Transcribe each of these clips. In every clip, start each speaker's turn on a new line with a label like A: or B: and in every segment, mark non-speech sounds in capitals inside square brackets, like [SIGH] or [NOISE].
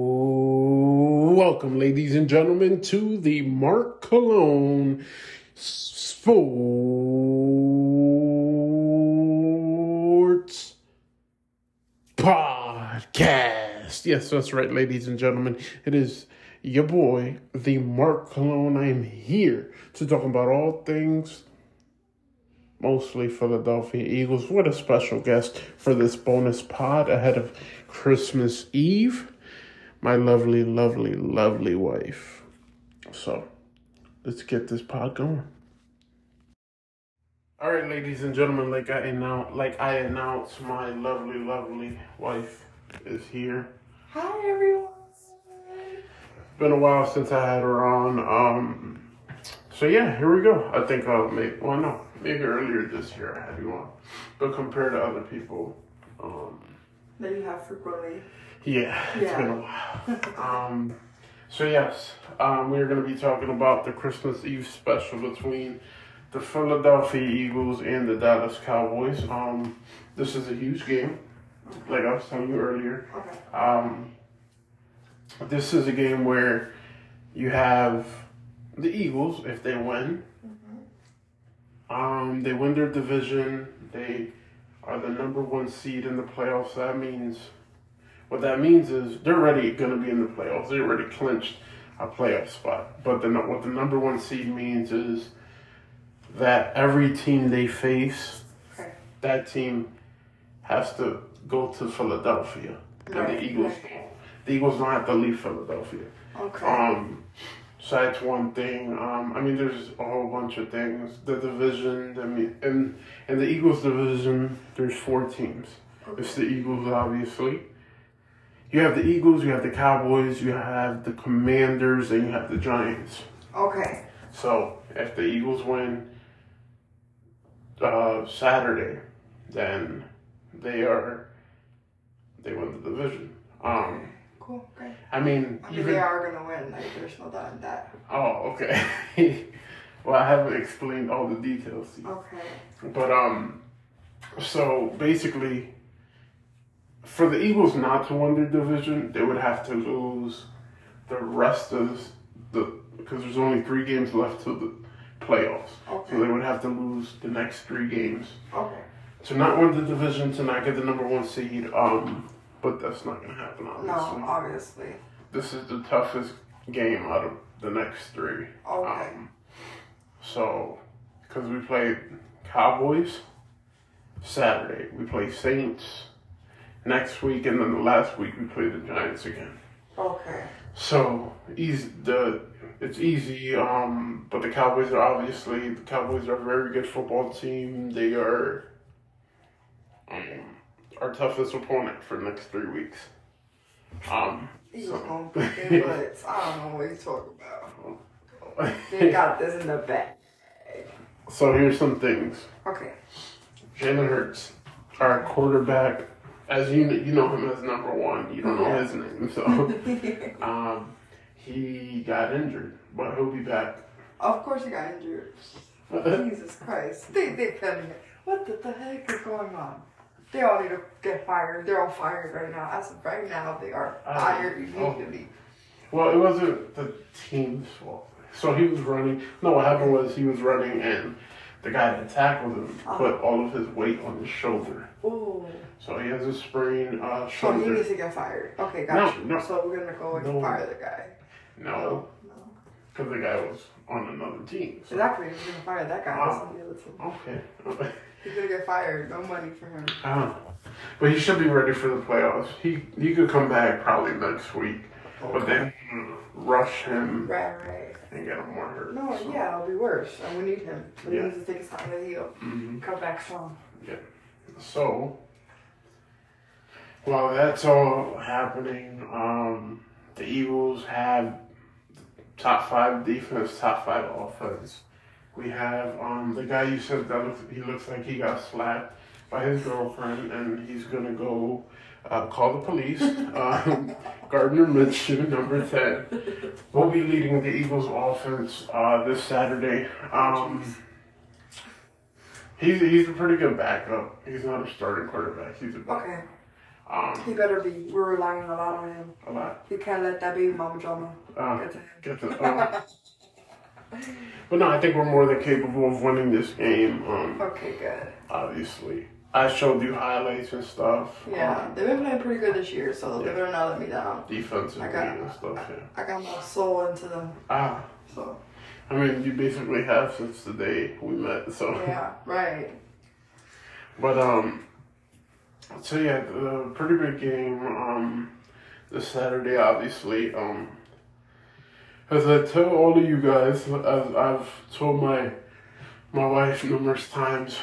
A: Ooh, welcome, ladies and gentlemen, to the Mark Cologne Sports Podcast. Yes, that's right, ladies and gentlemen. It is your boy, the Mark Cologne. I am here to talk about all things mostly Philadelphia Eagles, with a special guest for this bonus pod ahead of Christmas Eve. My lovely, lovely, lovely wife. So, let's get this pod going. All right, ladies and gentlemen, like I announced, like I announced, my lovely, lovely wife is here.
B: Hi everyone.
A: Been a while since I had her on. Um, so yeah, here we go. I think I'll make. Well, no, maybe earlier this year I had you on, but compared to other people, um,
B: That you have frequently.
A: yeah, it's
B: Yeah.
A: been a while. um, so yes, um, we're going to be talking about the Christmas Eve special between the Philadelphia Eagles and the Dallas Cowboys. Um, this is a huge game, like I was telling you earlier.
B: Okay.
A: Um, this is a game where you have the Eagles, if they win, um, they win their division. They are the number one seed in the playoffs. That means what that means is they're already going to be in the playoffs. They already clinched a playoff spot. But the, nu- what the number one seed means is that every team they face,
B: Okay.
A: that team has to go to Philadelphia. And
B: Right,
A: the Eagles,
B: right.
A: the Eagles don't have to leave Philadelphia.
B: Okay.
A: Um, so that's one thing. Um, I mean, there's a whole bunch of things. The division, I mean, and and the Eagles division. There's four teams. It's the Eagles, obviously. You have the Eagles, you have the Cowboys, you have the Commanders, and you have the Giants.
B: okay.
A: So if the Eagles win uh, Saturday, then they are they win the division. Um,
B: Cool. Great.
A: I mean,
B: I mean, they are gonna win. Like, there's no doubt in that.
A: Oh, okay. [LAUGHS] well, I haven't explained all the details to you.
B: Okay.
A: But, um, so basically, for the Eagles not to win their division, they would have to lose the rest of the, because there's only three games left to the playoffs. So they
B: Okay.
A: would have to lose the next three games
B: Okay.
A: to not win the division, to not get the number one seed. Um, but that's not going to happen,
B: No,
A: obviously.
B: obviously.
A: this is the toughest game out of the next three.
B: Okay.
A: Um, so, because we played Cowboys Saturday, we play Saints next week, and then the last week we play the Giants again.
B: Okay.
A: So easy the it's easy. Um, but the Cowboys are obviously the Cowboys are a very good football team. They are um, our toughest opponent for the next three weeks. Um, [LAUGHS]
B: Eagles gonna put their butts. I don't know what you talk about. They
A: so
B: got this in the back.
A: here's some things.
B: Okay. [LAUGHS]
A: Jalen Hurts, our quarterback, as you kn- you know him as number one. You don't know his name,
B: [LAUGHS]
A: so um, he got injured, but he'll be back. [LAUGHS]
B: of course you got injured. [LAUGHS] Jesus Christ. They they filming it. What the, the heck is going on? They all need to get fired. They're all fired right now. As of right now, they are
A: Uh,
B: fired
A: oh.
B: immediately.
A: Well, it wasn't the team's fault. So he was running. No, what happened was he was running, and the guy that tackled him
B: Oh.
A: put all of his weight on his shoulder.
B: Ooh.
A: So he has a sprained uh,
B: So Oh, he
A: shoulder.
B: needs to get fired. Okay,
A: No,
B: got you.
A: no.
B: So we're gonna go and
A: No.
B: fire the guy. Oh,
A: No,
B: No.
A: because the guy was on another team. so-
B: Exactly. We're gonna fire that guy. That's on the other team.
A: Okay. [LAUGHS]
B: He's gonna get fired. No money for him.
A: I don't know. But he should be ready for the playoffs. He he could come back probably next week. But then mm, rush him
B: Right, right.
A: and get him more hurt.
B: No,
A: so.
B: yeah, it'll be worse. And we need him. He
A: Yeah.
B: needs to take his time to heal. Come back strong.
A: Mm-hmm. So while that's all happening, um, the Eagles have top five defense, top five offense. We have um, the guy you said that looks, he looks like he got slapped by his girlfriend, and he's gonna go uh, call the police. um, Gardner Minshew, number ten, will be leading the Eagles' offense uh, this Saturday. Um, He's he's a pretty good backup. He's not a starting quarterback. He's a
B: Okay.
A: Um,
B: He better be. We're relying a lot on him.
A: a lot.
B: We can't let that be mama drama.
A: Uh,
B: Get to him.
A: get to
B: [LAUGHS]
A: um, but no, I think we're more than capable of winning this game. Um,
B: Okay, good.
A: obviously, I showed you highlights and stuff. um,
B: Yeah, they've been playing pretty good this year, so they
A: Yeah.
B: better not let me down.
A: defensively
B: I got-
A: and stuff. Yeah.
B: I got my soul into them,
A: Ah, [LAUGHS]
B: so
A: I mean, you basically have since the day we met. So.
B: yeah, right.
A: But um, so yeah, the pretty big game um this Saturday, obviously um. As I tell all of you guys, as I've told my my wife numerous times,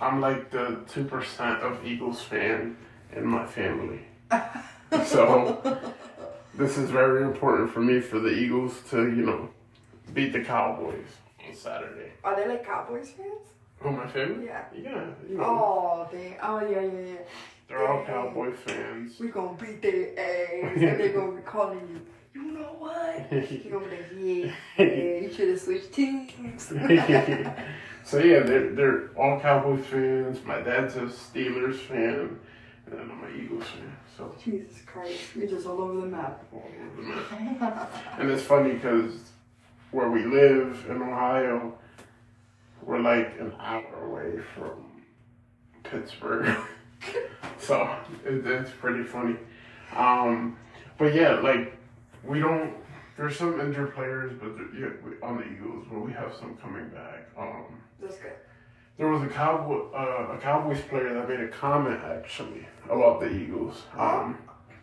A: I'm like the two percent of Eagles fan in my family. so this is very important for me for the Eagles to you know beat the Cowboys on Saturday.
B: Are they like Cowboys fans?
A: Who my family?
B: Yeah.
A: Mm-hmm. Yeah, you know.
B: Oh, dang. Oh, yeah, yeah, yeah.
A: They're all cowboy fans. [LAUGHS]
B: We gonna beat their ass, and they gonna be calling you. You know what? You gonna be like, yeah,
A: [LAUGHS]
B: yeah. You should have switched teams.
A: so yeah, they're they're all Cowboys fans. My dad's a Steelers fan, and then I'm an Eagles fan. So
B: Jesus Christ, you're just all over the map. [LAUGHS]
A: and it's funny because where we live in Ohio, we're like an hour away from Pittsburgh. [LAUGHS] so it, it's pretty funny. Um, but yeah, like we don't. There's some injured players, but there- yeah, we, on the Eagles, but we have some coming back. Um,
B: That's good.
A: [LAUGHS] there was a cowboy, uh, a Cowboys player that made a comment actually about the Eagles. Um,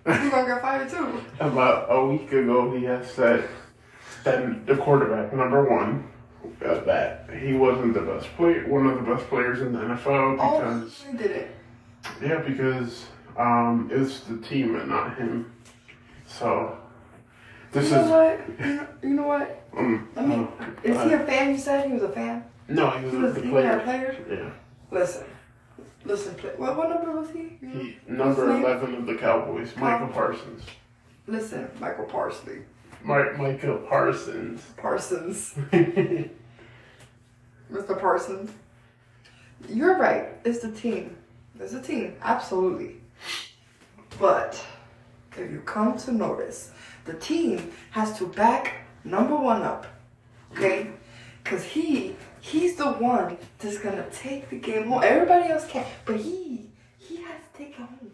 B: You gonna get fired too?
A: about a week ago, he had said that the quarterback, number one, uh, that he wasn't the best player, one of the best players in the NFL
B: Oh,
A: because
B: we did it.
A: yeah, because um, it's the team and not him. So this
B: You
A: is
B: know what? You know, you know what?
A: um, uh,
B: I mean, is he a fan? You said he was a fan.
A: no, Uh-huh. he
B: He
A: was
B: was
A: the
B: he was
A: player.
B: a player.
A: Yeah,
B: Listen, listen. Play. What, what number was he? You know?
A: he number
B: What's his name?
A: eleven of the Cowboys, Michael Parsons.
B: Listen, Michael Parsley,
A: Mi- Michael Parsons. [LAUGHS]
B: Parsons,
A: yeah,
B: Mr. Parsons. You're right. It's the team. It's the team. Absolutely. But if you come to notice, the team has to back number one up. Okay? Because he he's the one that's gonna take the game home. Everybody else can, but he he has to take it home.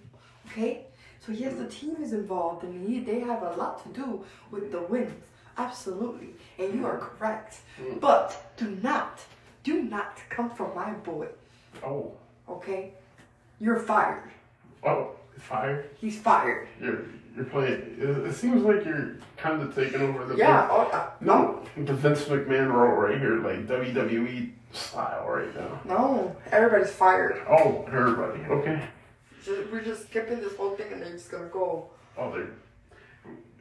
B: Okay? So yes, the team is involved and he, they have a lot to do with the wins. Absolutely. And you are correct. But do not, do not come for my boy.
A: Oh,
B: Okay? You're fired.
A: oh, fire.
B: He's fired.
A: You're you're playing. It, it seems like you're kind of taking over the
B: Yeah. Oh, uh,
A: no the Vince McMahon role right here, like WWE style right now.
B: No, everybody's fired.
A: Oh, everybody. Okay.
B: Just, we're just skipping this whole thing and they're just gonna go.
A: Oh, they're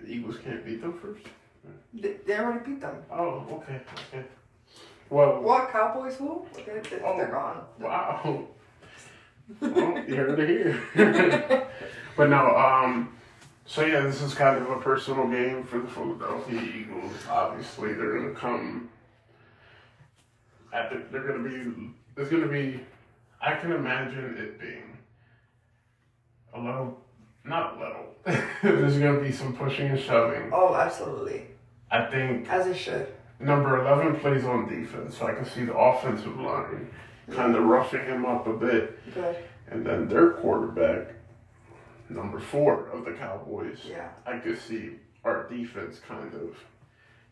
A: the Eagles can't beat them first.
B: They, they already beat them.
A: Oh, okay, okay. Well,
B: What Cowboys? Who? They're, they're,
A: Oh.
B: they're gone.
A: wow. well, you heard it here. [LAUGHS] but no, um, so yeah, this is kind of a personal game for the Philadelphia Eagles. Obviously, they're gonna come. At the, they're gonna be. There's gonna be. I can imagine it being a little, not little. [LAUGHS] there's gonna be some pushing and shoving.
B: Oh, absolutely.
A: I think
B: As it should.
A: Number 11 plays on defense, so I can see the offensive line kind of roughing him up a bit.
B: Good.
A: And then their quarterback, number four of the Cowboys,
B: Yeah.
A: I could see our defense kind of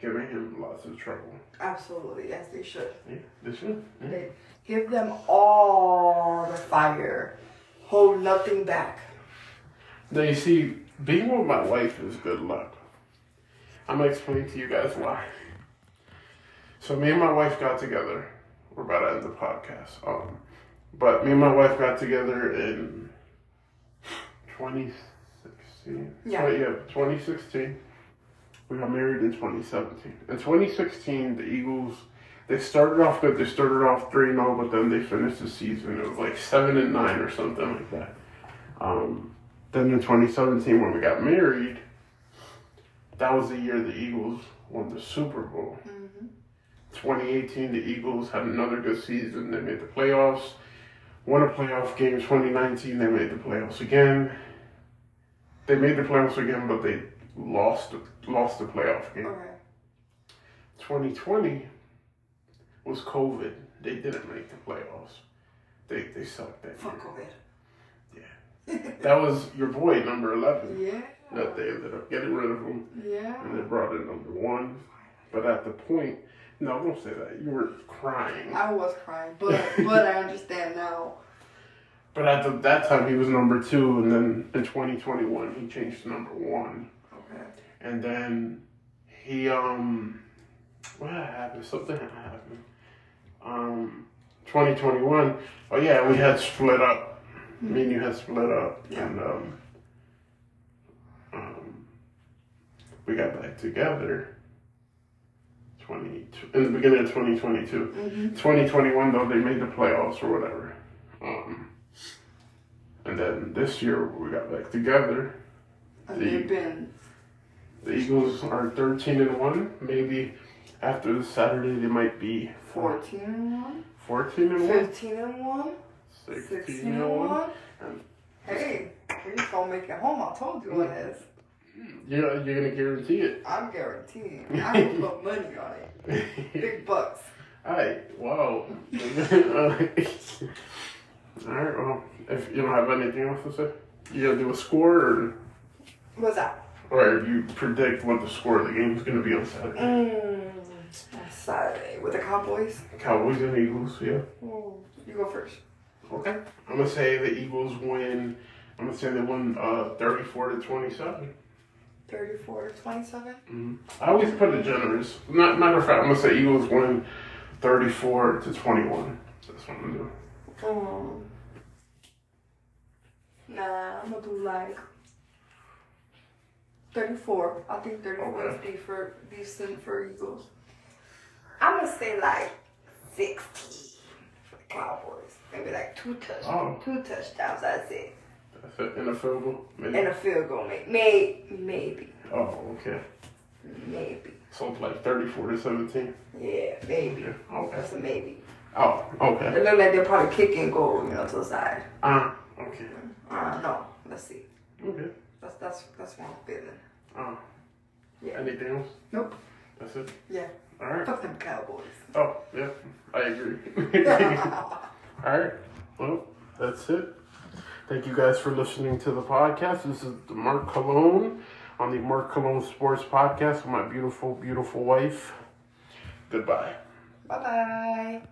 A: giving him lots of trouble.
B: Absolutely. As they should.
A: Yeah, this year. Yeah.
B: They give them all the fire. Hold nothing back.
A: Now, you see, being with my wife is good luck. I'm going to explain to you guys why. So, me and my wife got together. We're about to end the podcast. Um, but me and my wife got together in 2016.
B: Yeah.
A: Well, yeah, 2016. We got married in 2017. In 2016, the Eagles, they started off good. They started off 3 0, but then they finished the season. It was like 7 and 9 or something like that. Um, then in 2017, when we got married, that was the year the Eagles won the Super Bowl.
B: Mm-hmm.
A: 2018, the Eagles had another good season. They made the playoffs, won a playoff game. 2019, they made the playoffs again. They made the playoffs again, but they lost the- lost the playoff game.
B: Okay.
A: 2020 was COVID. They didn't make the playoffs. They they sucked that year.
B: Fuck COVID.
A: That was your boy number 11.
B: Yeah.
A: That they ended up getting rid of him and
B: Yeah.
A: they brought in number one. But at the point, no, don't say that. You were crying.
B: I was crying, [LAUGHS] but but I understand now.
A: But at the, that time, he was number two, and then in 2021, he changed to number one.
B: Okay.
A: And then he, um, what happened? Something happened. Um, 2021, oh yeah, we had split up. Me and you had split up.
B: Yeah.
A: And, um, um, we got back together. 20, in the beginning of 2022.
B: Mhm.
A: 2021 though they made the playoffs or whatever um, and then this year we got back together
B: And they've been
A: the eagles are 13 and 1 maybe after this saturday they might be four-
B: 14 and 1,
A: 14 and 1
B: 15 and 1,
A: 16 and 1
B: Hey, we just gonna make it home. I told you it is.
A: you're, you're gonna guarantee it [LAUGHS]
B: I'm guaranteeing. I will put money on it. Big bucks.
A: Alright, wow. [LAUGHS] Alright, well, if you don't have anything else to say, you gonna do a score or,
B: What's that?
A: or you predict what the score of the game's gonna be on Saturday?
B: Mm, Saturday with the Cowboys.
A: Cowboys and Eagles, yeah.
B: Ooh, you go first.
A: Okay. I'm gonna say the Eagles win. I'm gonna say they win uh, 34 to 27.
B: 34 27.
A: I always put it generous. Not matter of fact, I'm gonna say Eagles win 34 to 21. That's what I'm gonna do.
B: Um, nah, I'm gonna do like 34. I think 34
A: Okay.
B: is decent for, decent for Eagles. I'm gonna say like 60 for the Cowboys. Maybe like two touch,
A: Oh.
B: two touchdowns, that's it.
A: That's it. NFL goal. Maybe.
B: And a field goal, may, may, maybe.
A: oh, okay.
B: Maybe.
A: So it's like 34 to 17.
B: Yeah, maybe.
A: Yeah. Okay.
B: That's a maybe.
A: Oh, okay.
B: It look like they're probably kicking goal, you know, to the side.
A: Ah, okay.
B: I don't know. Let's see.
A: Okay.
B: That's that's that's one feeling.
A: Ah.
B: Yeah.
A: Anything else?
B: Nope.
A: That's it.
B: Yeah.
A: All right.
B: Fuck them Cowboys. [LAUGHS]
A: Oh, yeah. I agree. [LAUGHS]
B: Bye.
A: All right. Well, that's it. Thank you guys for listening to the podcast. This is Mark Cologne on the Mark Cologne Sports Podcast with my beautiful, beautiful wife. Goodbye.
B: Bye.